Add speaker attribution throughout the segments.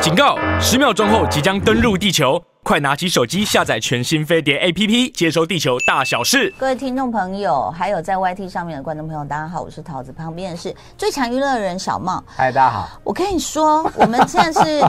Speaker 1: 警告！十秒钟后即将登陆地球，快拿起手机下载全新飞碟 APP，接收地球大小事。
Speaker 2: 各位听众朋友，还有在 YT 上面的观众朋友，大家好，我是桃子，旁边的是最强娱乐人小茂。
Speaker 3: 嗨，大家好。
Speaker 2: 我跟你说，我们现在 是。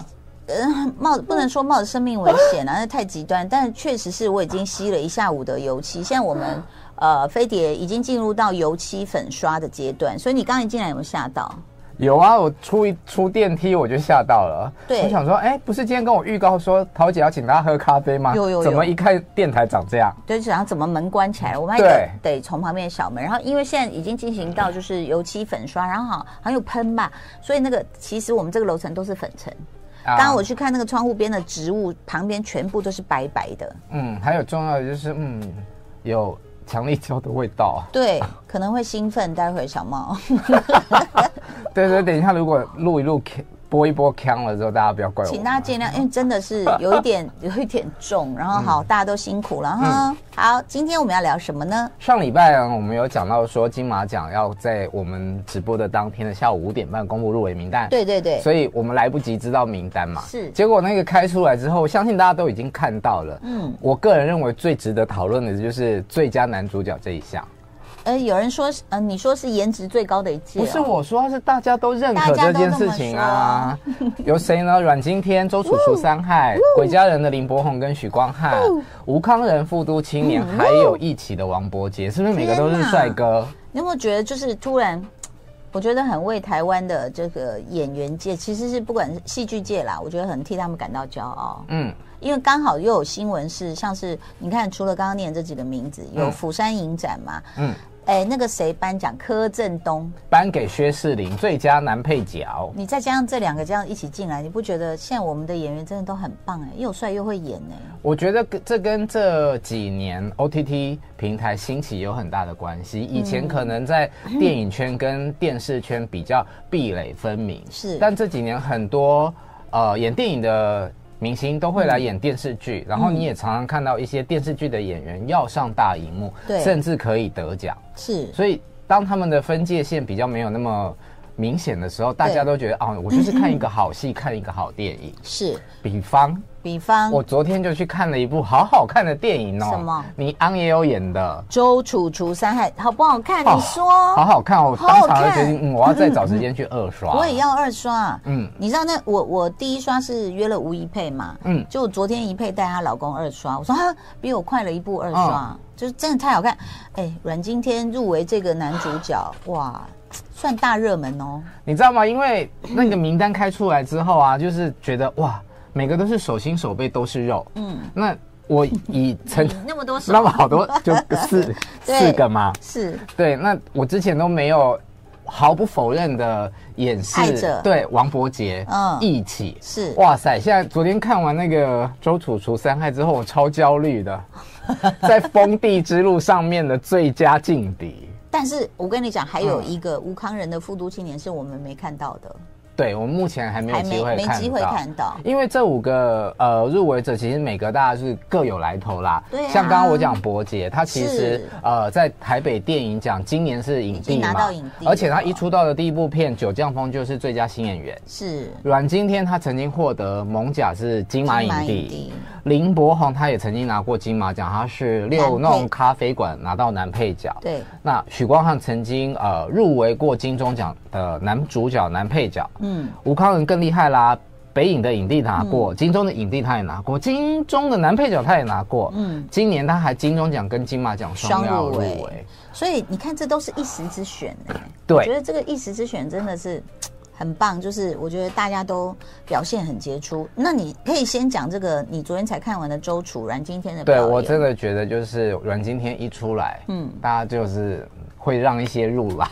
Speaker 2: 呃，冒不能说冒着生命危险啊，那太极端。但确实是我已经吸了一下午的油漆，现在我们呃飞碟已经进入到油漆粉刷的阶段，所以你刚一进来有没有吓到？
Speaker 3: 有啊，我出一出电梯我就吓到了。
Speaker 2: 对
Speaker 3: 我想说，哎、不是今天跟我预告说桃姐要请大家喝咖啡吗？
Speaker 2: 有有有
Speaker 3: 怎么一看电台长这样？
Speaker 2: 对，就是然后怎么门关起来了，我们还
Speaker 3: 对
Speaker 2: 得得从旁边的小门。然后因为现在已经进行到就是油漆粉刷，然后好好像有喷吧，所以那个其实我们这个楼层都是粉尘。
Speaker 3: 啊
Speaker 2: 刚刚我去看那个窗户边的植物，旁边全部都是白白的，
Speaker 3: 嗯，还有重要的就是嗯，有强力胶的味道。啊
Speaker 2: 对，可能会兴奋。待会儿小茂，
Speaker 3: 对对，等一下如果录一录播一播腔了之后，大家不要怪我。嗯
Speaker 2: 请大家见谅，因为真的是有一 点有一点重。然后好，大家都辛苦了哈。好，今天我们要聊什么呢？
Speaker 3: 上礼拜啊我们有讲到说金马奖要在我们直播的当天的下午五点半公布入围名单。
Speaker 2: 对对对，
Speaker 3: 所以我们来不及知道名单嘛。
Speaker 2: 是
Speaker 3: 结果那个开出来之后，相信大家都已经看到了。
Speaker 2: 嗯，
Speaker 3: 我个人认为最值得讨论的就是最佳男主角这一项，
Speaker 2: 呃，有人说是，呃，你说是颜值最高的一届、哦，
Speaker 3: 不是我说，是大家都认可这件事情啊。 有谁呢？阮经天、周楚楚、三害、鬼家人的林柏宏跟许光汉、吴康仁、复都青年，还有一起的王伯杰，是不是每个都是帅哥？
Speaker 2: 你有没有觉得就是突然，我觉得很为台湾的这个演员界，其实是不管是戏剧界啦，我觉得很替他们感到骄傲，
Speaker 3: 嗯，
Speaker 2: 因为刚好又有新闻是，像是你看，除了刚刚念这几个名字，有
Speaker 3: 嗯
Speaker 2: 釜山影展嘛，嗯
Speaker 3: 嗯，
Speaker 2: 哎、那个谁颁奖，柯震东，
Speaker 3: 颁给薛仕凌最佳男配角。
Speaker 2: 你再加上这两个这样一起进来，你不觉得现在我们的演员真的都很棒哎、又帅又会演哎、
Speaker 3: 我觉得跟这跟这几年 OTT 平台兴起有很大的关系。以前可能在电影圈跟电视圈比较壁垒分明，
Speaker 2: 是
Speaker 3: 但这几年很多呃演电影的明星都会来演电视
Speaker 2: 嗯
Speaker 3: 剧，然后你也常常看到一些电视剧的演员要上大荧幕，
Speaker 2: 对
Speaker 3: 甚至可以得奖。
Speaker 2: 是
Speaker 3: 所以当他们的分界线比较没有那么明显的时候，大家都觉得哦，我就是看一个好戏，看一个好电影。
Speaker 2: 是，
Speaker 3: 比方
Speaker 2: 比方
Speaker 3: 我昨天就去看了一部好好看的电影哦，
Speaker 2: 什么
Speaker 3: 倪安也有演的，
Speaker 2: 周楚除三害好不好看？
Speaker 3: 哦
Speaker 2: 你说。
Speaker 3: 好好看哦，我
Speaker 2: 好好
Speaker 3: 当
Speaker 2: 看
Speaker 3: 场就决定，嗯，我要再找时间去二刷。
Speaker 2: 我也要二刷。嗯
Speaker 3: 嗯，
Speaker 2: 你知道那我我第一刷是约了吴一佩嘛，嗯
Speaker 3: 嗯，
Speaker 2: 就我昨天一佩带她老公二刷，我说她比我快了一步二刷，
Speaker 3: 哦
Speaker 2: 就是真的太好看。哎，阮经天入围这个男主角，哇，算大热门哦。
Speaker 3: 你知道吗？因为那个名单开出来之后啊，就是觉得哇，每个都是手心手背都是肉。嗯，那我以 曾
Speaker 2: 你那么多手
Speaker 3: 那么好多就四
Speaker 2: 对
Speaker 3: 四个嘛，
Speaker 2: 是
Speaker 3: 对，那我之前都没有毫不否认的演
Speaker 2: 爱
Speaker 3: 示
Speaker 2: 着，
Speaker 3: 对王伯杰，
Speaker 2: 嗯
Speaker 3: 嗯，一起
Speaker 2: 是
Speaker 3: 哇塞！现在昨天看完那个周楚除三害之后，我超焦虑 的，在封地之路上面的最佳劲敌。
Speaker 2: 但是我跟你讲，还
Speaker 3: 嗯
Speaker 2: 有一个吴康仁的《复读青年》是我们没看到的，
Speaker 3: 对我目前还没有
Speaker 2: 还
Speaker 3: 机
Speaker 2: 没
Speaker 3: 会
Speaker 2: 没
Speaker 3: 看
Speaker 2: 机会
Speaker 3: 到。
Speaker 2: 看到。
Speaker 3: 因为这五个呃入围者，其实每个大家是各有来头啦。
Speaker 2: 对啊
Speaker 3: 像刚刚我讲伯杰，他其实
Speaker 2: 是
Speaker 3: 呃在台北电影奖今年是影帝
Speaker 2: 已经拿
Speaker 3: 嘛，
Speaker 2: 到影帝
Speaker 3: 而且他
Speaker 2: 了
Speaker 3: 一出道的第一部片《九降风》就是最佳新演员。
Speaker 2: 是
Speaker 3: 阮经天他曾经获得蒙甲是金马影
Speaker 2: 金马影帝
Speaker 3: 帝，林柏宏他也曾经拿过金马奖，他是六
Speaker 2: 男配
Speaker 3: 弄咖啡馆拿到男配角。
Speaker 2: 对，
Speaker 3: 那许光汉曾经呃入围过金钟奖的男主角、男配角。
Speaker 2: 嗯，
Speaker 3: 吴康仁更厉害啦，北影的影帝拿过，金钟的影帝他也拿过，金钟的男配角他也拿过。
Speaker 2: 嗯
Speaker 3: 嗯，今年他还金钟奖跟金马奖
Speaker 2: 双
Speaker 3: 双料
Speaker 2: 入
Speaker 3: 入
Speaker 2: 围
Speaker 3: 围。
Speaker 2: 所以你看，这都是一时之选哎、
Speaker 3: 对
Speaker 2: 我觉得这个一时之选真的是很棒，就是我觉得大家都表现很杰出。那你可以先讲这个，你昨天才看完的周楚然今天的表
Speaker 3: 对
Speaker 2: 演，
Speaker 3: 我真的觉得就是阮经天一出来，
Speaker 2: 嗯
Speaker 3: 嗯，大家就是会让一些入 啦，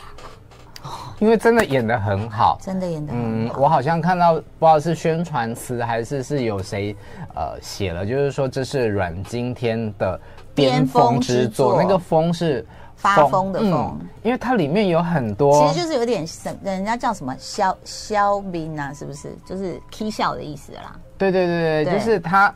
Speaker 3: 因为真的演得很好。
Speaker 2: 真的演的，
Speaker 3: 嗯，我好像看到不知道是宣传词还是是有谁呃写了，就是说这是阮经天的巅峰
Speaker 2: 巅峰之
Speaker 3: 之作，
Speaker 2: 作
Speaker 3: 那个峰是
Speaker 2: 发疯
Speaker 3: 嗯
Speaker 2: 的疯
Speaker 3: 因为它里面有很多，
Speaker 2: 其实就是有点什，人家叫什么肖肖斌啊，是不是？就是“ k 笑”的意思啦。
Speaker 3: 对对对
Speaker 2: 对
Speaker 3: 对，就是他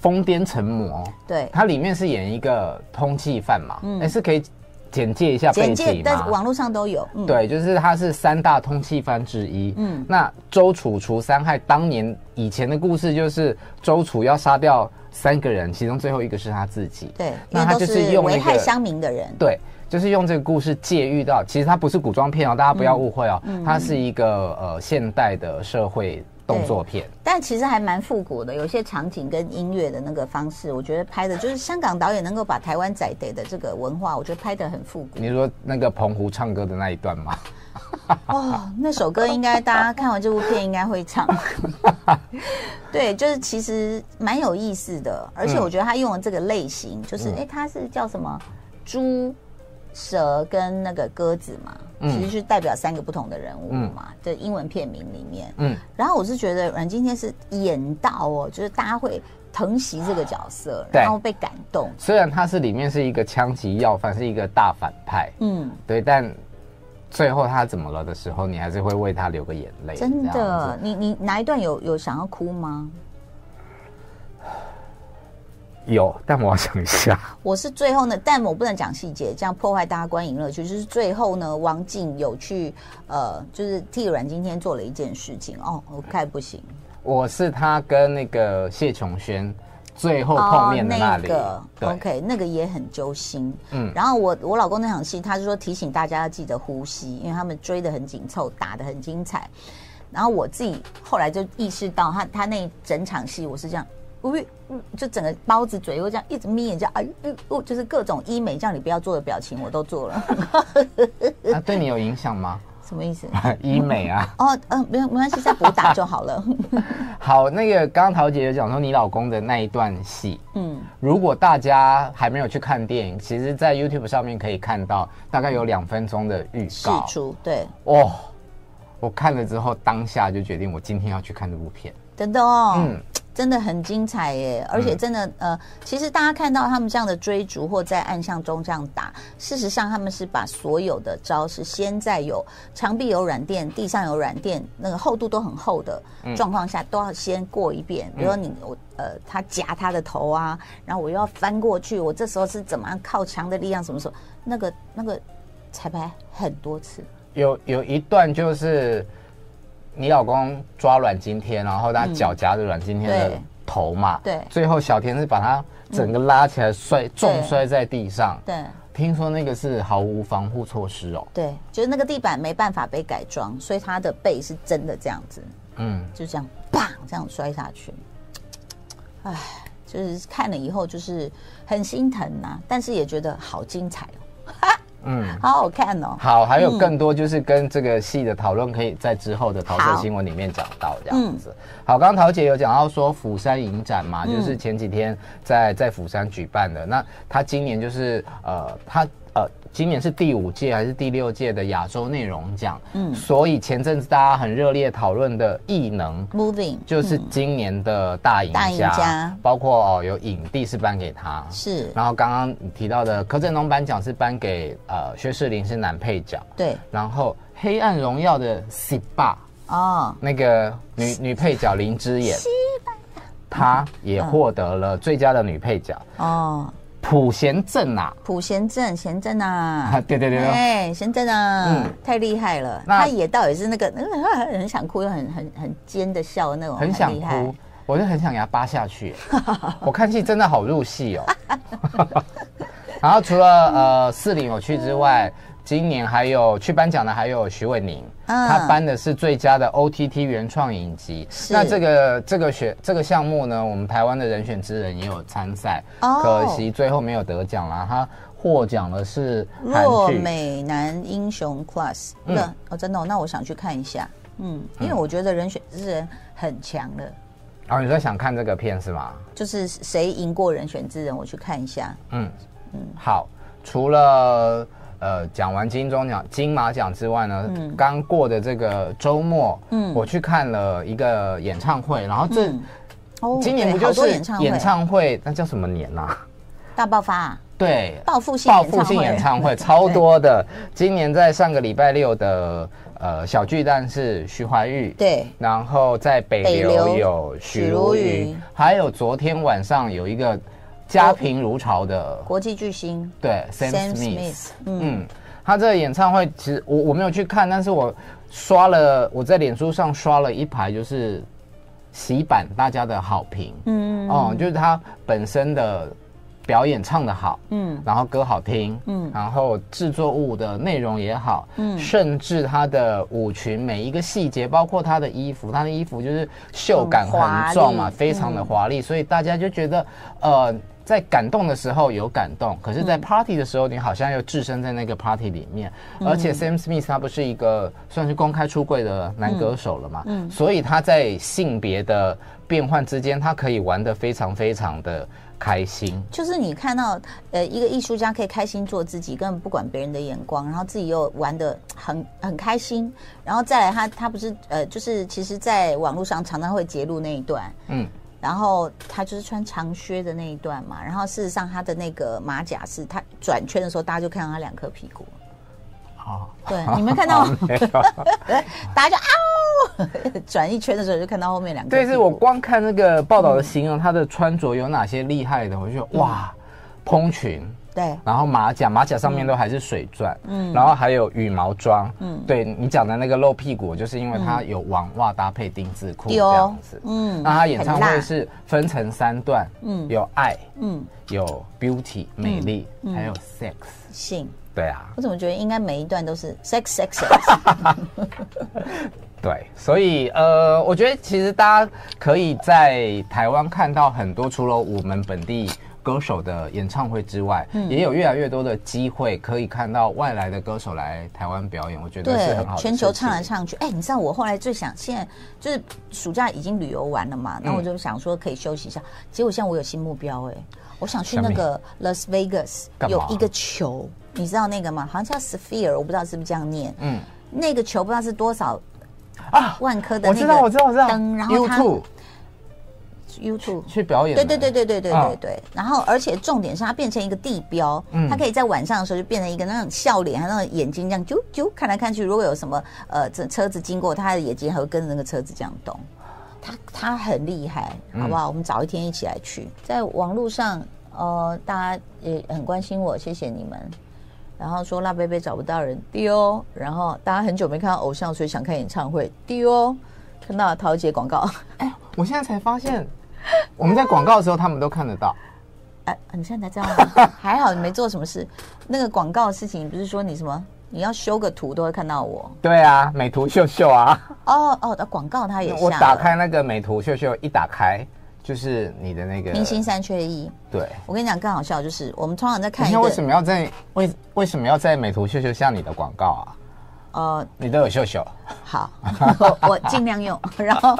Speaker 3: 疯癫成魔，
Speaker 2: 对，
Speaker 3: 它里面是演一个通缉犯嘛，哎、是可以简介一下背
Speaker 2: 嗯简
Speaker 3: 景
Speaker 2: 介，
Speaker 3: 嘛
Speaker 2: 但是网络上都有。嗯，
Speaker 3: 对，就是它是三大通气番之一。
Speaker 2: 嗯
Speaker 3: 嗯，那周楚除三害，当年以前的故事就是周楚要杀掉三个人，其中最后一个是他自己。
Speaker 2: 对，因
Speaker 3: 那
Speaker 2: 为
Speaker 3: 他
Speaker 2: 都
Speaker 3: 就是
Speaker 2: 是
Speaker 3: 用
Speaker 2: 危
Speaker 3: 那
Speaker 2: 害
Speaker 3: 个
Speaker 2: 乡民的人。
Speaker 3: 对，就是用这个故事借喻到，其实它不是古装片哦，大家不要误会哦，
Speaker 2: 嗯
Speaker 3: 它是一个呃现代的社会动作片。
Speaker 2: 但其实还蛮复古的，有一些场景跟音乐的那个方式，我觉得拍的就是香港导演能够把台湾仔得的这个文化，我觉得拍的很复古。
Speaker 3: 你说那个澎湖唱歌的那一段吗？
Speaker 2: 哦，那首歌应该大家看完这部片应该会唱。对，就是其实蛮有意思的，而且我觉得他用的这个类型，就是哎、诶它是叫什么猪、蛇跟那个鸽子嘛，其实是代表三个不同的人物嘛，这英文片名里面。
Speaker 3: 嗯，
Speaker 2: 然后我是觉得阮经天是演到哦，就是大家会疼惜这个角色，
Speaker 3: 对
Speaker 2: 然后被感动。
Speaker 3: 虽然它是里面是一个枪击要犯，是一个大反派，
Speaker 2: 嗯，
Speaker 3: 对，但最后他怎么了的时候，你还是会为他流个眼泪。
Speaker 2: 真
Speaker 3: 这样子
Speaker 2: 的，你你哪一段有有想要哭吗？
Speaker 3: 有，但我要想一下。
Speaker 2: 我是最后呢，但我不能讲细节，这样破坏大家观影乐趣。就是最后呢，王静有去呃，就是替阮经天做了一件事情哦，我看不行
Speaker 3: 我是他跟那个谢琼轩最后碰哦面的那
Speaker 2: 哦那
Speaker 3: 里，
Speaker 2: 个
Speaker 3: 对
Speaker 2: OK，那个也很揪心。嗯
Speaker 3: 嗯，
Speaker 2: 然后我我老公那场戏，他就说提醒大家要记得呼吸，因为他们追得很紧凑，打得很精彩。然后我自己后来就意识到他，他那一整场戏我是这样。我就整个包子嘴，我这样一直眯眼睛，哎呦，呦就是各种医美叫你不要做的表情，我都做了。
Speaker 3: 那啊对你有影响吗？
Speaker 2: 什么意思？
Speaker 3: 医美啊，
Speaker 2: 哦，嗯、没有没关系，再补打就好了。
Speaker 3: 好，那个刚刚桃姐有讲说你老公的那一段戏，
Speaker 2: 嗯，
Speaker 3: 如果大家还没有去看电影，其实，在 YouTube 上面可以看到大概有两分钟的预
Speaker 2: 事
Speaker 3: 告。
Speaker 2: 出对，
Speaker 3: 哦，我看了之后，当下就决定我今天要去看这部片。
Speaker 2: 真的哦，
Speaker 3: 嗯
Speaker 2: 真的很精彩耶！而且真的、呃，其实大家看到他们这样的追逐或在暗巷中这样打，事实上他们是把所有的招是先在有墙壁有软垫、地上有软垫，那个厚度都很厚的状况下，都要先过一遍。比如说你我呃，他夹他的头啊，然后我又要翻过去，我这时候是怎么样靠墙的力量，什么时候那个那个彩排很多次。
Speaker 3: 有有一段就是你老公抓阮经天，然后他脚夹着阮经
Speaker 2: 嗯
Speaker 3: 天
Speaker 2: 对
Speaker 3: 的头嘛，
Speaker 2: 对嗯
Speaker 3: 最后小田是把他整个拉起来摔，重
Speaker 2: 对
Speaker 3: 摔在地上。
Speaker 2: 对
Speaker 3: 听说那个是毫无防护措施哦。
Speaker 2: 对，就是那个地板没办法被改装，所以它的背是真的这样子，
Speaker 3: 嗯，
Speaker 2: 就这样砰这样摔下去。唉，就是看了以后就是很心疼呐、但是也觉得好精彩哦，哈，嗯， 好好看哦，
Speaker 3: 好，还有更多就是跟这个戏的讨论，可以在之后的桃色新闻里面讲到这样子。好，刚刚桃姐有讲到说釜山影展嘛，就是前几天在在釜山举办的。那她今年就是呃，她呃，今年是第五届还是第六届的亚洲内容奖？嗯，所以前阵子大家很热烈讨论的异能。
Speaker 2: Moving 嗯
Speaker 3: 就是今年的大赢家，
Speaker 2: 大赢家
Speaker 3: 包括、哦、有影帝是颁给他，
Speaker 2: 是
Speaker 3: 然后刚刚你提到的柯震东颁奖是颁给呃薛仕凌是男配角，
Speaker 2: 对
Speaker 3: 然后《黑暗荣耀》的 s 霸
Speaker 2: 哦，
Speaker 3: 那个女女配角林之妍，她也获得了最佳的女配角。
Speaker 2: 哦，
Speaker 3: 普贤正啊，
Speaker 2: 普贤正贤正啊
Speaker 3: 啊。对对对对，
Speaker 2: 哎，贤正啊，
Speaker 3: 嗯
Speaker 2: 太厉害了！
Speaker 3: 那
Speaker 2: 他也到底是那个，呃很想哭又很很哦很尖的笑的那种，
Speaker 3: 很想
Speaker 2: 厉害
Speaker 3: 哭，我就很想给她扒下 去。我看戏真的好入戏哦。 然后除了呃四零有趣之外，今年还有去颁奖的还有徐伟宁，
Speaker 2: 嗯
Speaker 3: 他颁的是最佳的 OTT 原创影集。
Speaker 2: 是
Speaker 3: 那这个这个选这个项目呢，我们台湾的人选之人也有参赛，
Speaker 2: 哦
Speaker 3: 可惜最后没有得奖啦。他获奖的是韩
Speaker 2: 弱
Speaker 3: 剧。嗯
Speaker 2: 美男英雄 Plus，那、哦真的、哦，那我想去看一下，嗯，因为我觉得人选之人很强的，
Speaker 3: 哦，你说想看这个片是吗？
Speaker 2: 就是谁赢过人选之人，我去看一下。
Speaker 3: 嗯，好，除了呃讲完金钟奖、金马奖之外呢，刚过的这个周末，
Speaker 2: 嗯
Speaker 3: 我去看了一个演唱会，然后这、
Speaker 2: 嗯哦
Speaker 3: 今年
Speaker 2: 对
Speaker 3: 不就
Speaker 2: 好多
Speaker 3: 是
Speaker 2: 演唱会
Speaker 3: 演唱会，那叫什么年呐、
Speaker 2: 大爆发、啊，
Speaker 3: 对，
Speaker 2: 报复性
Speaker 3: 报
Speaker 2: 演
Speaker 3: 复
Speaker 2: 唱会，
Speaker 3: 性演唱会超多的。今年在上个礼拜六的呃小巨蛋是徐怀钰，
Speaker 2: 对
Speaker 3: 然后在北
Speaker 2: 北流
Speaker 3: 流有许
Speaker 2: 许茹
Speaker 3: 茹芸
Speaker 2: 芸，
Speaker 3: 还有昨天晚上有一个家贫如潮的
Speaker 2: 国际巨星
Speaker 3: 对
Speaker 2: Sam
Speaker 3: Sam
Speaker 2: Smith
Speaker 3: Smith，
Speaker 2: 嗯
Speaker 3: 嗯，他这个演唱会其实我我没有去看，但是我刷了，我在脸书上刷了一排，就是洗版大家的好评，
Speaker 2: 嗯
Speaker 3: 哦、就是他本身的表演唱的好，
Speaker 2: 嗯
Speaker 3: 然后歌好听，
Speaker 2: 嗯
Speaker 3: 嗯，然后制作物的内容也好，
Speaker 2: 嗯
Speaker 3: 嗯，甚至他的舞裙每一个细节，包括他的衣服，他的衣服就是袖感很重
Speaker 2: 很华
Speaker 3: 嘛，
Speaker 2: 丽嗯
Speaker 3: 非常的华丽，所以大家就觉得，呃，在感动的时候有感动，可是，
Speaker 2: 嗯
Speaker 3: 在 party 的时候，你好像又置身在那个 party 里面，
Speaker 2: 嗯
Speaker 3: 而且 Sam Smith 他不是一个算是公开出柜的男歌手了嘛，
Speaker 2: 嗯
Speaker 3: 所以他在性别的变换之间，他可以玩得非常非常的开心。
Speaker 2: 就是你看到呃一个艺术家可以开心做自己，根本不管别人的眼光，然后自己又玩的很很开心，然后再来他他不是呃就是其实，在网络上常常会截录那一段，
Speaker 3: 嗯，
Speaker 2: 然后他就是穿长靴的那一段嘛，然后事实上他的那个马甲是他转圈的时候，大家就看到他两颗屁股，
Speaker 3: 好，？
Speaker 2: 对，你们看到吗
Speaker 3: 没有
Speaker 2: 大家就啊哦， 转一圈的时候就看到后面两颗屁
Speaker 3: 对，
Speaker 2: 股，
Speaker 3: 是我光看那个报道的形容，她的穿着有哪些厉害的，我就觉得哇，蓬裙，
Speaker 2: 对
Speaker 3: 然后马甲，马甲上面都还是水钻，嗯，然后还有羽毛装，嗯，对你讲的那个露屁股，就是因为它有网袜搭配丁字裤这
Speaker 2: 丢
Speaker 3: 样子，
Speaker 2: 嗯
Speaker 3: 那他演唱
Speaker 2: 很辣
Speaker 3: 会是分成三段，
Speaker 2: 嗯
Speaker 3: 嗯，有爱，
Speaker 2: 嗯
Speaker 3: 有 beauty 美丽，还有 sex，
Speaker 2: 性，
Speaker 3: 对啊，
Speaker 2: 我怎么觉得应该每一段都是 sex sex sex，
Speaker 3: 对，所以呃，我觉得其实大家可以在台湾看到很多除了我们本地歌手的演唱会之外，
Speaker 2: 嗯
Speaker 3: 也有越来越多的机会可以看到外来的歌手来台湾表演，我觉得是
Speaker 2: 对
Speaker 3: 很好，的
Speaker 2: 全球
Speaker 3: 事情
Speaker 2: 唱来唱去，哎，你知道我后来最想，现在就是暑假已经旅游完了
Speaker 3: 嗯
Speaker 2: 嘛，那我就想说可以休息一下，结果现在我有新目标哎，我想去那个 Las Vegas
Speaker 3: 干嘛
Speaker 2: 有一个球，你知道那个吗？好像叫 Sphere，我不知道是不是这样念，
Speaker 3: 嗯
Speaker 2: 那个球不知道是多少
Speaker 3: 啊，
Speaker 2: 万颗的
Speaker 3: 我
Speaker 2: 那
Speaker 3: 知道，我知道，我知道
Speaker 2: 个灯，然后
Speaker 3: u
Speaker 2: 它
Speaker 3: t
Speaker 2: YouTube
Speaker 3: 去表演，
Speaker 2: 对对对，对对对对
Speaker 3: 啊
Speaker 2: 对。然后，而且重点是它变成一个地标，
Speaker 3: 嗯
Speaker 2: 它可以在晚上的时候就变成一个那种笑脸，还有那种眼睛这样啾啾看来看去。如果有什么呃这车子经过，它的眼睛还会跟着那个车子这样动。它它很厉害，
Speaker 3: 嗯
Speaker 2: 好不好？我们早一天一起来去。在网络上，呃，大家也很关心我，谢谢你们。然后说辣贝贝找不到人丢，然后大家很久没看到偶像，所以想看演唱会丢。看到桃姐广告，
Speaker 3: 我现在才发现，我们在广告的时候他们都看得到，
Speaker 2: 哎、你现在才知道 吗？还好你没做什么事。那个广告的事情，你不是说你什么？你要修个图都会看到我。
Speaker 3: 对啊，美图秀秀啊。
Speaker 2: 哦哦，呃广告它也下
Speaker 3: 我
Speaker 2: 了
Speaker 3: 打开那个美图秀秀，一打开就是你的那个
Speaker 2: 明星三缺一。
Speaker 3: 对。
Speaker 2: 我跟你讲更好笑，就是我们通常在看
Speaker 3: 你
Speaker 2: 一
Speaker 3: 看为什
Speaker 2: 个
Speaker 3: 么要在为为什么要在美图秀秀下你的广告啊？
Speaker 2: 呃，
Speaker 3: 你都有秀秀，
Speaker 2: 好， 我我尽量用。 然后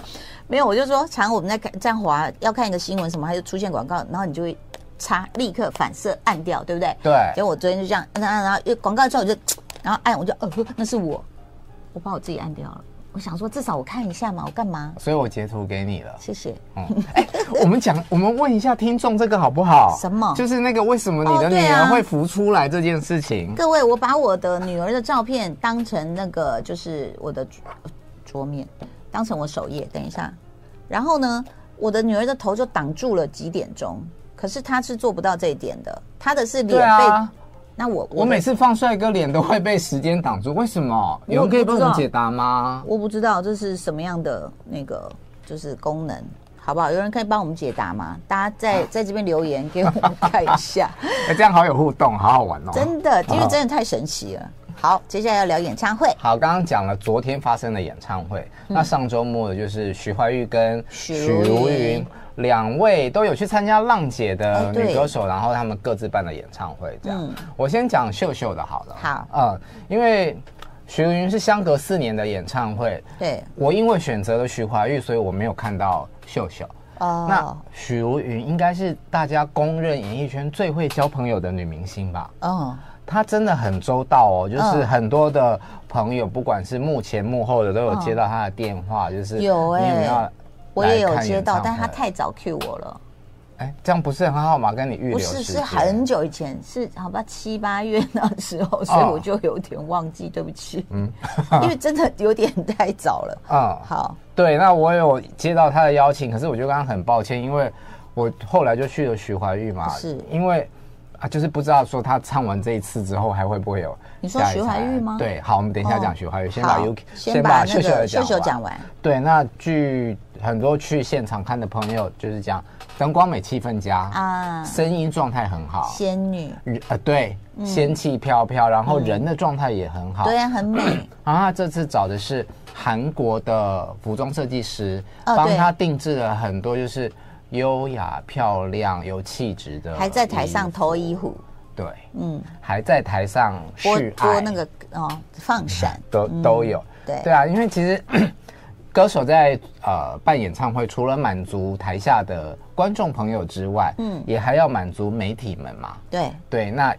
Speaker 2: 没有，我就说，常我们在看在滑要看一个新闻什么，它就出现广告，然后你就会插，立刻反射按掉，对不对？
Speaker 3: 对
Speaker 2: 结果我昨天就这样按按按，然后又广告之后我就，然后按我就呃那是我，我把我自己按掉了。我想说至少我看一下嘛，我干嘛？
Speaker 3: 所以我截图给你了。
Speaker 2: 谢谢。
Speaker 3: 嗯，哎、我们讲，我们问一下听众这个好不好？
Speaker 2: 什么
Speaker 3: 就是那个为什么你
Speaker 2: 哦
Speaker 3: 的
Speaker 2: 对
Speaker 3: 女
Speaker 2: 啊
Speaker 3: 儿会浮出来这件事情。
Speaker 2: 各位，我把我的女儿的照片当成那个就是我的桌桌面，当成我首页。等一下，然后呢，我的女儿的头就挡住了几点钟，可是她是做不到这一点的，她的是脸
Speaker 3: 对
Speaker 2: 被。
Speaker 3: 啊，
Speaker 2: 那我
Speaker 3: 我每次放帅哥脸都会被时间挡住，为什么？有人可以帮我们解答吗？
Speaker 2: 我不知道这是什么样的那个就是功能。好不好？有人可以帮我们解答吗？大家在在这边留言给我们看一 下，
Speaker 3: 哎、这样好有互动，好好玩哦。
Speaker 2: 真的，因为真的太神奇了。好，接下来要聊演唱会。
Speaker 3: 好，刚刚讲了昨天发生的演唱会，那上周末的就是徐怀钰跟
Speaker 2: 嗯许
Speaker 3: 许
Speaker 2: 茹
Speaker 3: 茹
Speaker 2: 芸
Speaker 3: 芸两位都有去参加浪姐
Speaker 2: 哎
Speaker 3: 的
Speaker 2: 对
Speaker 3: 女歌手，然后他们各自办的演唱会。这样，
Speaker 2: 嗯
Speaker 3: 我先讲秀秀的好了。
Speaker 2: 好
Speaker 3: 嗯，因为许茹芸是相隔四年的演唱会，
Speaker 2: 对，
Speaker 3: 我因为选择了徐怀钰，所以我没有看到秀秀。
Speaker 2: 哦，
Speaker 3: 那许茹芸应该是大家公认演艺圈最会交朋友的女明星吧？
Speaker 2: 哦，
Speaker 3: 他真的很周到哦，就是
Speaker 2: 嗯
Speaker 3: 很多的朋友，不管是幕前幕后的，都有接到他的电话，就是
Speaker 2: 有欸
Speaker 3: 你有没有来
Speaker 2: 我也有
Speaker 3: 看
Speaker 2: 接
Speaker 3: 演
Speaker 2: 到，
Speaker 3: 唱
Speaker 2: 但他
Speaker 3: 会
Speaker 2: 太早 Q 我了，
Speaker 3: 哎，这样不是很好吗？跟你预
Speaker 2: 不
Speaker 3: 留
Speaker 2: 是
Speaker 3: 时
Speaker 2: 是
Speaker 3: 间
Speaker 2: 很久以前，是好吧七八月那时候，所以
Speaker 3: 哦
Speaker 2: 我就有点忘记，对不起，嗯， 因为真的有点太早了。
Speaker 3: 嗯，
Speaker 2: 好，
Speaker 3: 对。那我有接到他的邀请，可是我就刚刚很抱歉，因为我后来就去了徐怀钰嘛，
Speaker 2: 是
Speaker 3: 因为啊，就是不知道说他唱完这一次之后还会不会有
Speaker 2: 你说
Speaker 3: 下一
Speaker 2: 徐
Speaker 3: 场
Speaker 2: 怀钰吗
Speaker 3: 对，好，我们等一下
Speaker 2: 哦
Speaker 3: 讲徐怀钰，先把
Speaker 2: 好
Speaker 3: Yuki，
Speaker 2: 先把
Speaker 3: 秀
Speaker 2: 那
Speaker 3: 秀的
Speaker 2: 个秀秀讲完。
Speaker 3: 对，那据很多去现场看的朋友就是讲，灯光美，气氛佳
Speaker 2: 啊
Speaker 3: 声音状态很好，
Speaker 2: 仙女，
Speaker 3: 人呃对，仙气飘飘，然后人的状态也很好。
Speaker 2: 嗯对啊，很 美，
Speaker 3: 然后他这次找的是韩国的服装设计师，
Speaker 2: 哦
Speaker 3: 帮
Speaker 2: 对
Speaker 3: 他定制了很多就是优雅、漂亮、有气质的，
Speaker 2: 还在台上投一壶，
Speaker 3: 对，
Speaker 2: 嗯，
Speaker 3: 还在台上
Speaker 2: 播
Speaker 3: 示
Speaker 2: 播
Speaker 3: 爱，嗯
Speaker 2: 那个嗯哦放闪，
Speaker 3: 都、都有。
Speaker 2: 对
Speaker 3: 对啊，因为其实 歌手在呃办演唱会，除了满足台下的观众朋友之外，嗯
Speaker 2: 嗯，
Speaker 3: 也还要满足媒体们嘛。
Speaker 2: 对，
Speaker 3: 对，那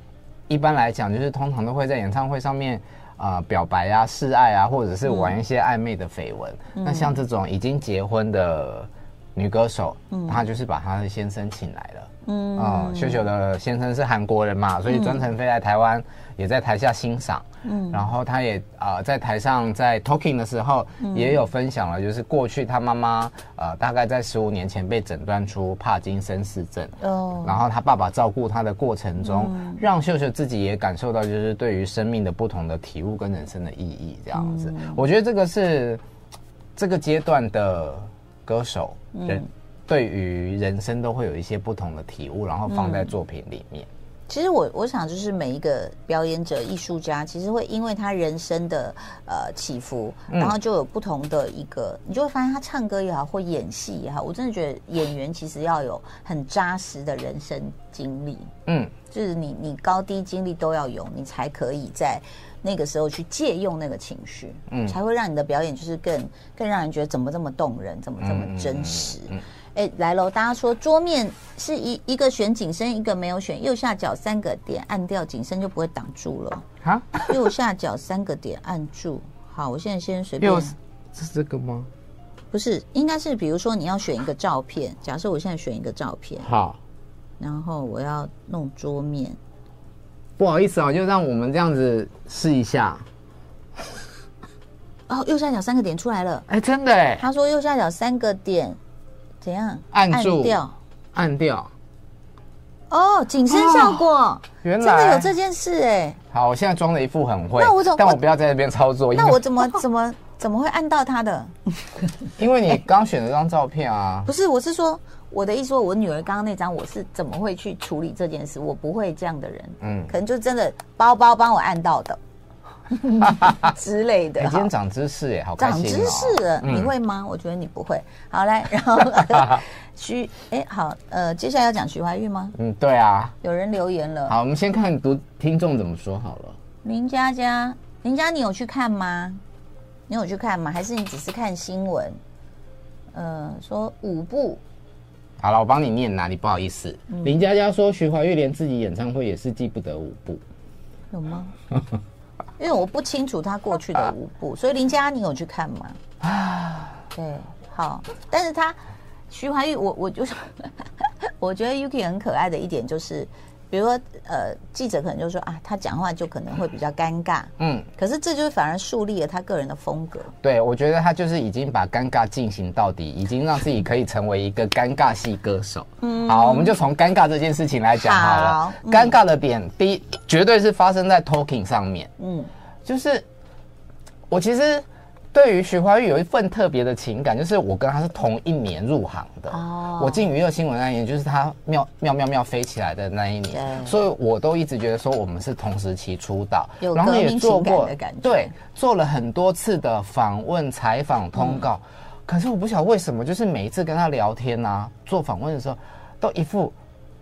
Speaker 3: 一般来讲，就是通常都会在演唱会上面。呃，表白啊，示爱啊，或者是玩一些暧昧的绯闻。那像这种已经结婚的女歌手，她就是把她的先生请来了。
Speaker 2: 嗯
Speaker 3: 嗯，秀秀的先生是韩国人嘛，所以专程飞来台湾，也在台下欣赏。嗯，然后他也呃在台上在 talking 的时候，也有分享了，就是过去他妈妈呃大概在十五年前被诊断出帕金森氏症。
Speaker 2: 哦，嗯
Speaker 3: 然后他爸爸照顾他的过程中，让秀秀自己也感受到，就是对于生命的不同的体悟跟人生的意义这样子。
Speaker 2: 嗯
Speaker 3: 我觉得这个是这个阶段的歌手
Speaker 2: 嗯
Speaker 3: 人、对于人生都会有一些不同的体悟，然后放在作品里面。
Speaker 2: 其实我我想，就是每一个表演者、艺术家，其实会因为他人生的呃起伏，
Speaker 3: 嗯
Speaker 2: 然后就有不同的一个，你就会发现他唱歌也好，或演戏也好，我真的觉得演员其实要有很扎实的人生经历，
Speaker 3: 嗯，
Speaker 2: 就是你你高低经历都要有，你才可以在那个时候去借用那个情绪，嗯，才会让你的表演就是更更让人觉得怎么这么动人，怎么这么真实。哎、来喽！大家说桌面是一一个选紧身，一个没有选，右下角三个点按掉紧身就不会挡住了。
Speaker 3: 哈，
Speaker 2: 右下角三个点按住。好，我现在先随便
Speaker 3: 又，是是这个吗？
Speaker 2: 不是，应该是比如说你要选一个照片，假设我现在选一个照片，
Speaker 3: 好，
Speaker 2: 然后我要弄桌面，
Speaker 3: 不好意思哦，就让我们这样子试一下。
Speaker 2: 哦，右下角三个点出来了。
Speaker 3: 哎，真的哎，
Speaker 2: 他说右下角三个点，怎样？
Speaker 3: 按住
Speaker 2: 掉
Speaker 3: 按掉。
Speaker 2: 哦，紧身效果，
Speaker 3: 哦原
Speaker 2: 真
Speaker 3: 来
Speaker 2: 的有这件事哎、
Speaker 3: 好，我现在装了一副很会，
Speaker 2: 那我怎么
Speaker 3: 但我
Speaker 2: 我
Speaker 3: 不要在这边操作，因
Speaker 2: 那
Speaker 3: 为
Speaker 2: 我怎么 怎么怎么会按到他的？
Speaker 3: 因为你刚选了张照片 啊，
Speaker 2: 不是，我是说我的意思说，我女儿刚刚那张我是怎么会去处理这件事？我不会这样的人，
Speaker 3: 嗯
Speaker 2: 嗯，可能就真的包包帮我按到的 之类
Speaker 3: 哎、
Speaker 2: 的。
Speaker 3: 今
Speaker 2: 好
Speaker 3: 天长知识耶，好开
Speaker 2: 长
Speaker 3: 心、哦！
Speaker 2: 知识了，你会吗？我觉得你不会。好，来，然后 徐，哎、好，呃，接下来要讲徐怀钰吗？
Speaker 3: 嗯，对啊。
Speaker 2: 有人留言了。
Speaker 3: 好，我们先看读听众怎么说好了。
Speaker 2: 林佳佳，林佳，你有去看吗？你有去看吗？还是你只是看新闻？呃，说五部
Speaker 3: 好了，我帮你念啊啦，你不好意思。
Speaker 2: 嗯
Speaker 3: 林佳佳说，徐怀钰连自己演唱会也是记不得舞步。
Speaker 2: 有 吗？因为我不清楚他过去的五部，所以林佳，你有去看吗？ 对，好，但是他徐怀钰，我我就是， 我觉得 Yuki 很可爱的一点就是，比如说呃，记者可能就说啊，他讲话就可能会比较尴尬，
Speaker 3: 嗯，
Speaker 2: 可是这就是反而树立了他个人的风格。
Speaker 3: 对，我觉得他就是已经把尴尬进行到底，已经让自己可以成为一个尴尬系歌 手。嗯，好，我们就从尴尬这件事情来讲好了。
Speaker 2: 好嗯
Speaker 3: 尴尬的点，第一，绝对是发生在 talking 上面。
Speaker 2: 嗯，
Speaker 3: 就是我其实对于徐怀钰有一份特别的情感，就是我跟他是同一年入行的。
Speaker 2: 哦
Speaker 3: 我进娱乐新闻那一年，就是他妙妙妙妙飞起来的那一年，
Speaker 2: 对
Speaker 3: 所以我都一直觉得说我们是同时期出道，
Speaker 2: 有
Speaker 3: 然后
Speaker 2: 革
Speaker 3: 也
Speaker 2: 命
Speaker 3: 做
Speaker 2: 情感
Speaker 3: 过
Speaker 2: 的感觉
Speaker 3: 对做了很多次的访问、采访、通告。可是我不晓得为什么，就是每一次跟他聊天啊、做访问的时候，都一副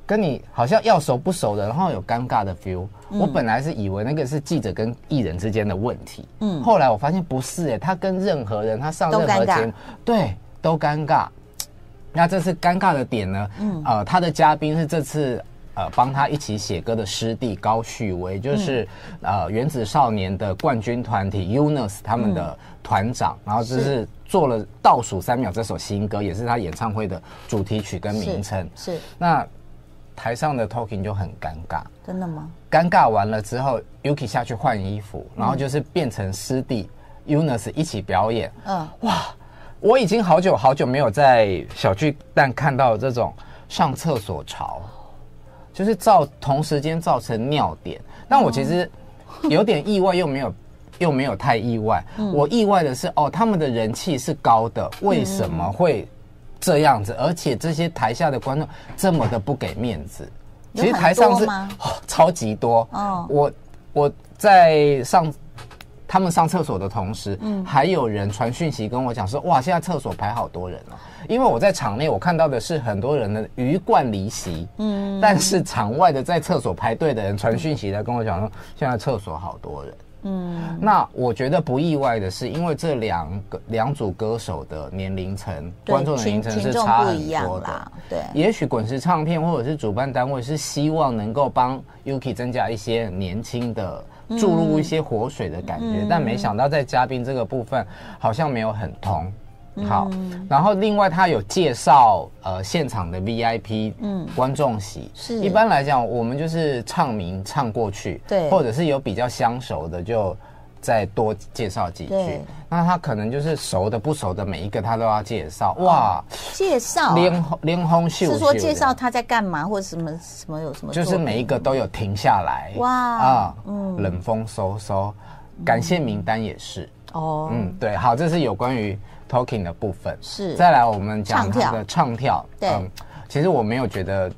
Speaker 3: 跟你好像要熟不熟的，然后有尴尬的 feel。我
Speaker 2: 嗯
Speaker 3: 本来是以为那个是记者跟艺人之间的问题，嗯，后来我发现不是哎、他跟任何人，他上
Speaker 2: 都
Speaker 3: 任何
Speaker 2: 尴尬
Speaker 3: 节目，对，都尴尬。那这次尴尬的点呢？呃，他的嘉宾是这次呃帮他一起写歌的师弟高旭威，就是、呃原子少年的冠军团体 UNUS 他们的团长，然后这是做了《倒数三秒》这首新歌，也是他演唱会的主题曲跟名称。
Speaker 2: 是
Speaker 3: 那台上的 Talking 就很尴尬，
Speaker 2: 真的吗？
Speaker 3: 尴尬完了之后，Yuki 下去换衣服，然后就是变成师弟 UNUS 一起表演。
Speaker 2: 嗯，
Speaker 3: 我已经好久好久没有在小巨蛋看到这种上厕所潮，就是造同时间造成尿点。但我其实有点意外，又没有又没有太意外。我意外的是，哦，他们的人气是高的，为什么会这样子？而且这些台下的观众这么的不给面子，
Speaker 2: 有
Speaker 3: 其实
Speaker 2: 很
Speaker 3: 台上
Speaker 2: 多
Speaker 3: 是、
Speaker 2: 吗
Speaker 3: 哦超级多。
Speaker 2: 哦
Speaker 3: 我我在上。他们上厕所的同时，
Speaker 2: 嗯
Speaker 3: 还有人传讯息跟我讲说，哇，现在厕所排好多人哦、因为我在场内，我看到的是很多人的鱼贯离席，嗯，但是场外的在厕所排队的人传讯息来跟我讲说，现在厕所好多人。嗯，那我觉得不意外的是，因为这两个两组歌手的年龄层、
Speaker 2: 对
Speaker 3: 观众的年龄
Speaker 2: 群
Speaker 3: 层
Speaker 2: 群
Speaker 3: 是
Speaker 2: 众
Speaker 3: 差
Speaker 2: 不
Speaker 3: 很
Speaker 2: 一样
Speaker 3: 多的
Speaker 2: 啦。，对，
Speaker 3: 也许滚石唱片或者是主办单位是希望能够帮 Yuki 增加一些年轻的，注
Speaker 2: 嗯
Speaker 3: 入一些活水的感觉，但没想到在嘉宾这个部分好像没有很通。
Speaker 2: 嗯
Speaker 3: 好，然后另外他有介绍呃现场的 VIP 观众席，
Speaker 2: 嗯是
Speaker 3: 一般来讲我们就是唱名唱过去，
Speaker 2: 对
Speaker 3: 或者是有比较相熟的就再多介绍几句
Speaker 2: 对。
Speaker 3: 那他可能就是熟的不熟的每一个他都要介绍，哇，
Speaker 2: 介绍啊
Speaker 3: 连红连红秀秀
Speaker 2: 是说
Speaker 3: 的
Speaker 2: 介绍他在干嘛，或者什么什么有什么作
Speaker 3: 就
Speaker 2: 品，
Speaker 3: 是每一个都有停下来，
Speaker 2: 哇嗯
Speaker 3: 啊，冷风嗖嗖，感谢名单也是，
Speaker 2: 哦，
Speaker 3: 嗯，对，好，这是有关于 talking 的部分，
Speaker 2: 是
Speaker 3: 再来我们讲
Speaker 2: 唱
Speaker 3: 他
Speaker 2: 跳
Speaker 3: 的唱跳，
Speaker 2: 对
Speaker 3: 嗯，其实我没有觉得，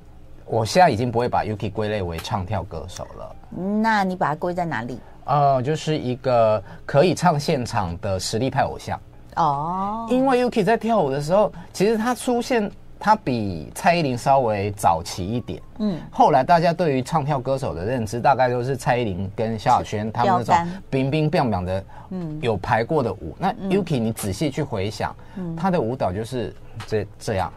Speaker 3: 我现在已经不会把 Yuki 归类为唱跳歌手了。
Speaker 2: 那你把它归在哪里？
Speaker 3: 呃，就是一个可以唱现场的实力派偶像，
Speaker 2: 哦，
Speaker 3: 因为 Yuki 在跳舞的时候，其实他出现，他比蔡依林稍微早期一点。
Speaker 2: 嗯，
Speaker 3: 后来大家对于唱跳歌手的认知，大概都是蔡依林跟萧亚轩他们那
Speaker 2: 标
Speaker 3: 种
Speaker 2: 杆
Speaker 3: 冰冰冰冰的，有排过的舞。那 Yuki，你仔细去回想，他的舞蹈就是这这样，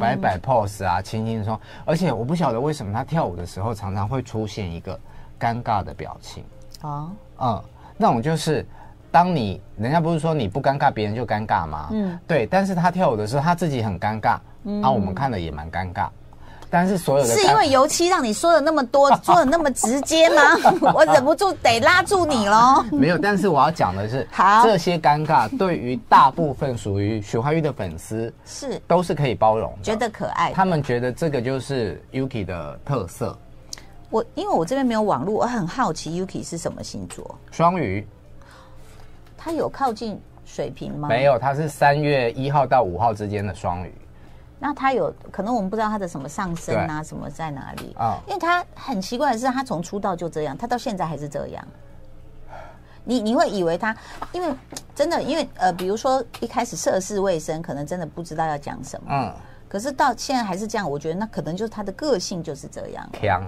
Speaker 3: 摆摆 pose 啊，轻轻松。而且我不晓得为什么他跳舞的时候常常会出现一个尴尬的表情。
Speaker 2: 哦，
Speaker 3: 嗯，那种就是，当你人家不是说你不尴尬，别人就尴尬吗？嗯，对。但是他跳舞的时候，他自己很尴尬，啊，我们看了也蛮尴尬。但是所有的
Speaker 2: 嗯是
Speaker 3: 尴
Speaker 2: 因为油漆让你说的那么多，说的那么直接吗？ 我忍不住得拉住你喽。
Speaker 3: 没有，但是我要讲的是，
Speaker 2: 好
Speaker 3: 这些尴尬 对于大部分属于许怀玉的粉丝
Speaker 2: 是
Speaker 3: 都是可以包容的，
Speaker 2: 觉得可爱。
Speaker 3: 他们觉得这个就是 Yuki 的特色，
Speaker 2: 我因为我这边没有网络，我很好奇 Yuki 是什么星座？
Speaker 3: 双鱼。
Speaker 2: 他有靠近水瓶吗？
Speaker 3: 没。有，他是三月一号到五号之间的双鱼，
Speaker 2: 那他有可能我们不知道他的什么上升啊，什么在哪里
Speaker 3: 啊
Speaker 2: 啊？因为他很奇怪的是，他从出道就这样，他到现在还是这样。你你会以为他，因为真的，因为呃，比如说一开始涉世未深，可能真的不知道要讲什么。
Speaker 3: 嗯，
Speaker 2: 可是到现在还是这样，我觉得那可能就是他的个性就是这样，
Speaker 3: 强。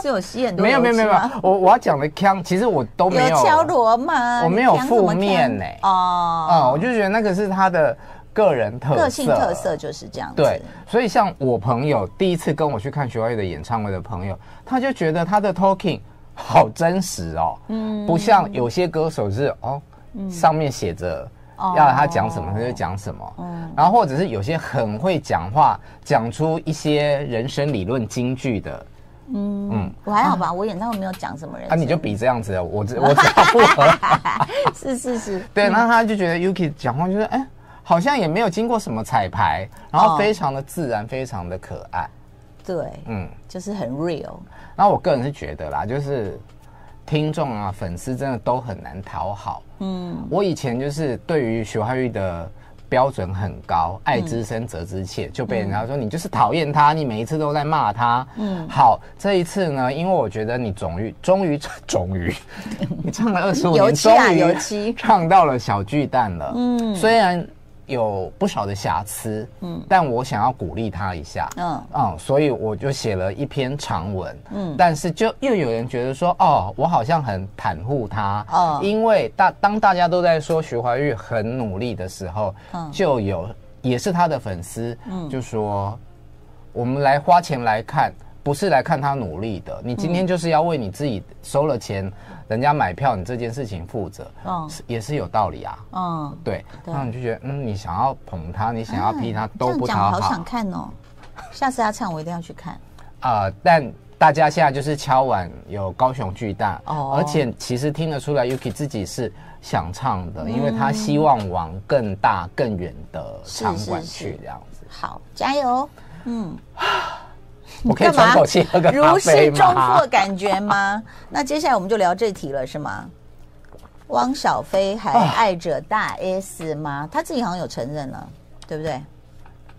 Speaker 2: 是有吸很多
Speaker 3: 没有没有没有，没有
Speaker 2: 油
Speaker 3: 我我要讲的腔，其实我都
Speaker 2: 漆吗
Speaker 3: 没有
Speaker 2: 有敲锣吗？
Speaker 3: 我没有负面
Speaker 2: 呢、
Speaker 3: 欸嗯，我
Speaker 2: 哦，
Speaker 3: 就觉得那个是他的个人特色，
Speaker 2: 个性特色。就是这样子。
Speaker 3: 对，所以像我朋友第一次跟我去看徐怀钰的演唱会的朋友，他就觉得他的 talking 好真实哦，嗯，不像有些歌手是哦，
Speaker 2: 嗯
Speaker 3: 上面写着
Speaker 2: 哦
Speaker 3: 要他讲什么他就讲什么，
Speaker 2: 嗯
Speaker 3: 然后或者是有些很会讲话，讲出一些人生理论金句的，
Speaker 2: 我还好吧，我演唱会没有讲什么人
Speaker 3: 啊，
Speaker 2: 生，
Speaker 3: 你就比这样子，我只我只要不合。
Speaker 2: 是是是，
Speaker 3: 对，然后他就觉得 Yuki 讲话就是哎、好像也没有经过什么彩排，然后非常的自然，非常的可爱。
Speaker 2: 对，
Speaker 3: 嗯，
Speaker 2: 就是很 real。
Speaker 3: 然后我个人是觉得啦，就是听众啊、粉丝真的都很难讨好。嗯，我以前就是对于徐怀钰的。标准很高，爱之深责之切，就被人家说你就是讨厌他，你每一次都在骂他。嗯，好，这一次呢，因为我觉得你终于终于终于， 你唱了二十五
Speaker 2: 油
Speaker 3: 年，
Speaker 2: 漆
Speaker 3: 嗯终
Speaker 2: 啊
Speaker 3: 于
Speaker 2: 油漆
Speaker 3: 唱到了小巨蛋了。嗯，虽然有不少的瑕疵，嗯，但我想要鼓励他一下。嗯
Speaker 2: 嗯
Speaker 3: 嗯，所以我就写了一篇长文。嗯，但是就又有人觉得说，哦，我好像很袒护他。哦
Speaker 2: 哦，
Speaker 3: 因为大当大家都在说徐怀钰很努力的时候，
Speaker 2: 嗯
Speaker 3: 就有也是他的粉丝，就说我们来花钱来看，不是来看他努力的。你今天就是要为你自己收了钱，人家买票，你这件事情负责，
Speaker 2: 嗯
Speaker 3: 是也是有道理啊。
Speaker 2: 嗯，
Speaker 3: 对，
Speaker 2: 对
Speaker 3: 那你就觉得，嗯，你想要捧他，你想要批他，
Speaker 2: 啊
Speaker 3: 都
Speaker 2: 这样
Speaker 3: 不
Speaker 2: 讲
Speaker 3: 讨
Speaker 2: 好想
Speaker 3: 好
Speaker 2: 看哦，下次他唱我一定要去看。
Speaker 3: 啊、但大家现在就是敲碗有高雄巨大，
Speaker 2: 哦
Speaker 3: 而且其实听得出来，Yuki 自己是想唱的，因为他希望往更大更远的场馆
Speaker 2: 嗯是是
Speaker 3: 去
Speaker 2: 是
Speaker 3: 这样子。
Speaker 2: 好，加油！
Speaker 3: 我可以
Speaker 2: 干嘛
Speaker 3: 喘口气喝个咖
Speaker 2: 如
Speaker 3: 啡
Speaker 2: 释重
Speaker 3: 吗
Speaker 2: 负？感觉吗？ 那接下来我们就聊这题了，是吗？汪小菲还
Speaker 3: 啊
Speaker 2: 爱着大 S 吗？他自己好像有承认了，对不对？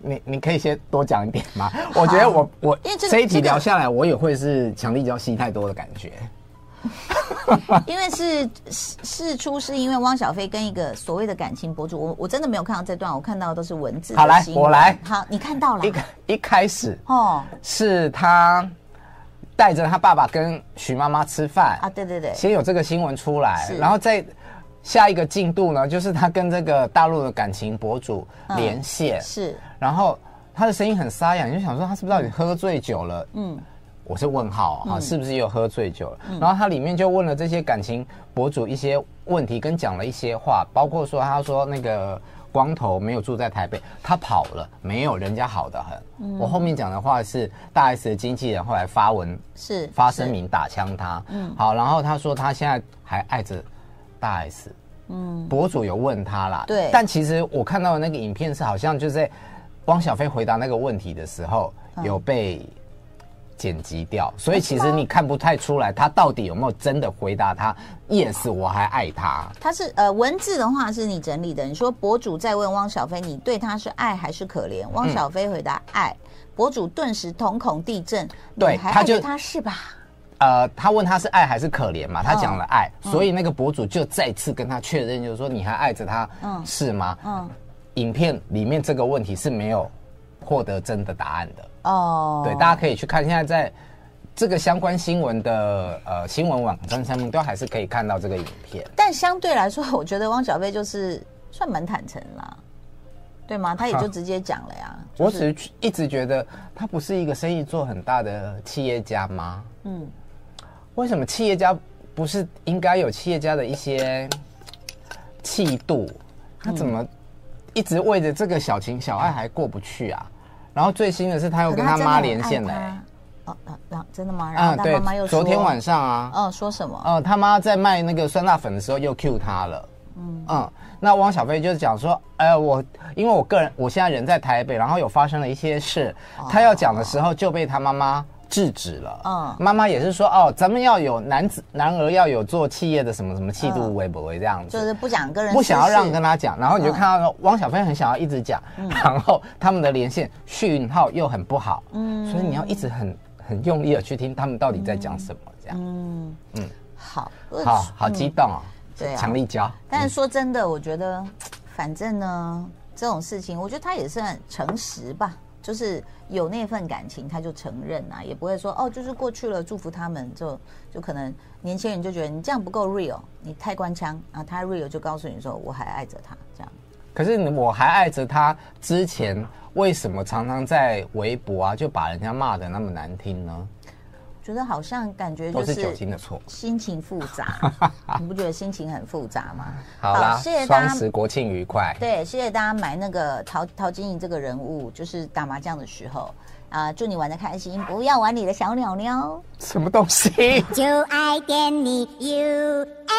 Speaker 3: 你你可以先多讲一点吗？我觉得我我
Speaker 2: 因为这个
Speaker 3: 这一
Speaker 2: 这
Speaker 3: 题
Speaker 2: 个
Speaker 3: 聊下来，我也会是强力胶吸太多的感觉。
Speaker 2: 因为是事事出是因为汪小菲跟一个所谓的感情博主，我我真的没有看到这段，我看到的都是文字的
Speaker 3: 好来
Speaker 2: 新闻
Speaker 3: 我来
Speaker 2: 好，你看到了
Speaker 3: 一开一开始
Speaker 2: 哦
Speaker 3: 是他带着他爸爸跟徐妈妈吃饭
Speaker 2: 啊，对对对，
Speaker 3: 先有这个新闻出来
Speaker 2: 是，
Speaker 3: 然后再下一个进度呢，就是他跟这个大陆的感情博主
Speaker 2: 嗯
Speaker 3: 连线，
Speaker 2: 是
Speaker 3: 然后他的声音很沙哑，你就想说他是不是到底喝醉酒了？嗯，我是问号啊，是不是又喝醉酒了？然后他里面就问了这些感情博主一些问题，跟讲了一些话，包括说他说那个。光头没有住在台北，他跑了，没有人家好的很。我后面讲的话是大 S 的经纪人后来发文
Speaker 2: 是
Speaker 3: 发声明打枪他。嗯，好，然后他说他现在还爱着大 S。嗯，博主有问他啦，
Speaker 2: 对
Speaker 3: 但其实我看到的那个影片是好像就是在汪小菲回答那个问题的时候有被剪辑掉，所以其实你看不太出来他到底有没有真的回答他 yes 我还爱他。
Speaker 2: 他是呃文字的话是你整理的，你说博主在问汪小菲，你对他是爱还是可
Speaker 3: 嗯
Speaker 2: 怜？汪小菲回答爱，博主顿时瞳孔地震，
Speaker 3: 对
Speaker 2: 你还
Speaker 3: 他
Speaker 2: 爱着
Speaker 3: 就
Speaker 2: 他是吧？
Speaker 3: 呃，他问他是爱还是可怜
Speaker 2: 嗯
Speaker 3: 嘛？他讲了爱，所以那个博主就再次跟他确认，就是说你还爱着他，是吗？
Speaker 2: 嗯
Speaker 3: 影片里面这个问题是没有获得真的答案的。
Speaker 2: 哦，
Speaker 3: 对，大家可以去看，现在在这个相关新闻的呃新闻网站上面都还是可以看到这个影片。
Speaker 2: 但相对来说，我觉得汪小菲就是算蛮坦诚啦，对吗？他也就直接讲了呀。
Speaker 3: 我只是一直觉得他不是一个生意做很大的企业家吗？
Speaker 2: 嗯，
Speaker 3: 为什么企业家不是应该有企业家的一些气度？他
Speaker 2: 嗯
Speaker 3: 怎么一直为着这个小情小爱还过不去啊？然后最新的是他又
Speaker 2: 可
Speaker 3: 跟
Speaker 2: 他
Speaker 3: 他
Speaker 2: 真的
Speaker 3: 妈
Speaker 2: 很
Speaker 3: 连线了、
Speaker 2: 爱
Speaker 3: 欸，嗯
Speaker 2: 他。哦，啊啊，真的吗？然后他
Speaker 3: 对
Speaker 2: 妈妈又，说，
Speaker 3: 昨天晚，上啊，
Speaker 2: 嗯，说什么？
Speaker 3: 呃，他妈在卖那个酸辣粉的时候又 Q 他了。嗯那汪小菲就是讲说，呃，我因为我个人我现在人在台北，然后有发生了一些事，他要讲的时候就被他妈妈制止了。
Speaker 2: 嗯
Speaker 3: 嗯，妈妈也是说，哦，咱们要有男子男儿要有做企业的什么什么气度，为不为这样子，
Speaker 2: 就是不想跟人
Speaker 3: 不想要让跟
Speaker 2: 他
Speaker 3: 他讲，然后你就看到说汪小菲很想要一直讲，然后他们的连线讯号又很不好，嗯，所以你要一直很很用力的去听他们到底在讲什么，这样，
Speaker 2: 好，
Speaker 3: 好好激动哦，
Speaker 2: 对啊
Speaker 3: 强力胶，
Speaker 2: 但是说真的，我觉得，反正呢，这种事情，我觉得他也是很诚实吧，就是有那份感情，他就承认啊，也不会说哦，就是过去了，祝福他们，就就可能年轻人就觉得你这样不够 real，你太官腔啊，他 real 就告诉你说我还爱着他这样。
Speaker 3: 可是你我还爱着他之前，为什么常常在微博啊就把人家骂的那么难听呢？
Speaker 2: 觉得好像感觉
Speaker 3: 都
Speaker 2: 就是
Speaker 3: 酒
Speaker 2: 是
Speaker 3: 精的错。
Speaker 2: 心情复 杂，你不觉得心情很复杂吗？
Speaker 3: 好啦
Speaker 2: 谢谢，大
Speaker 3: 双
Speaker 2: 家
Speaker 3: 十国庆愉快。
Speaker 2: 对，谢谢大家买那个陶陶晶莹这个人物，就是打麻将的时候啊、祝你玩的开心，不要玩你的小鸟鸟。
Speaker 3: 什么东西？
Speaker 4: 就爱点你 U。F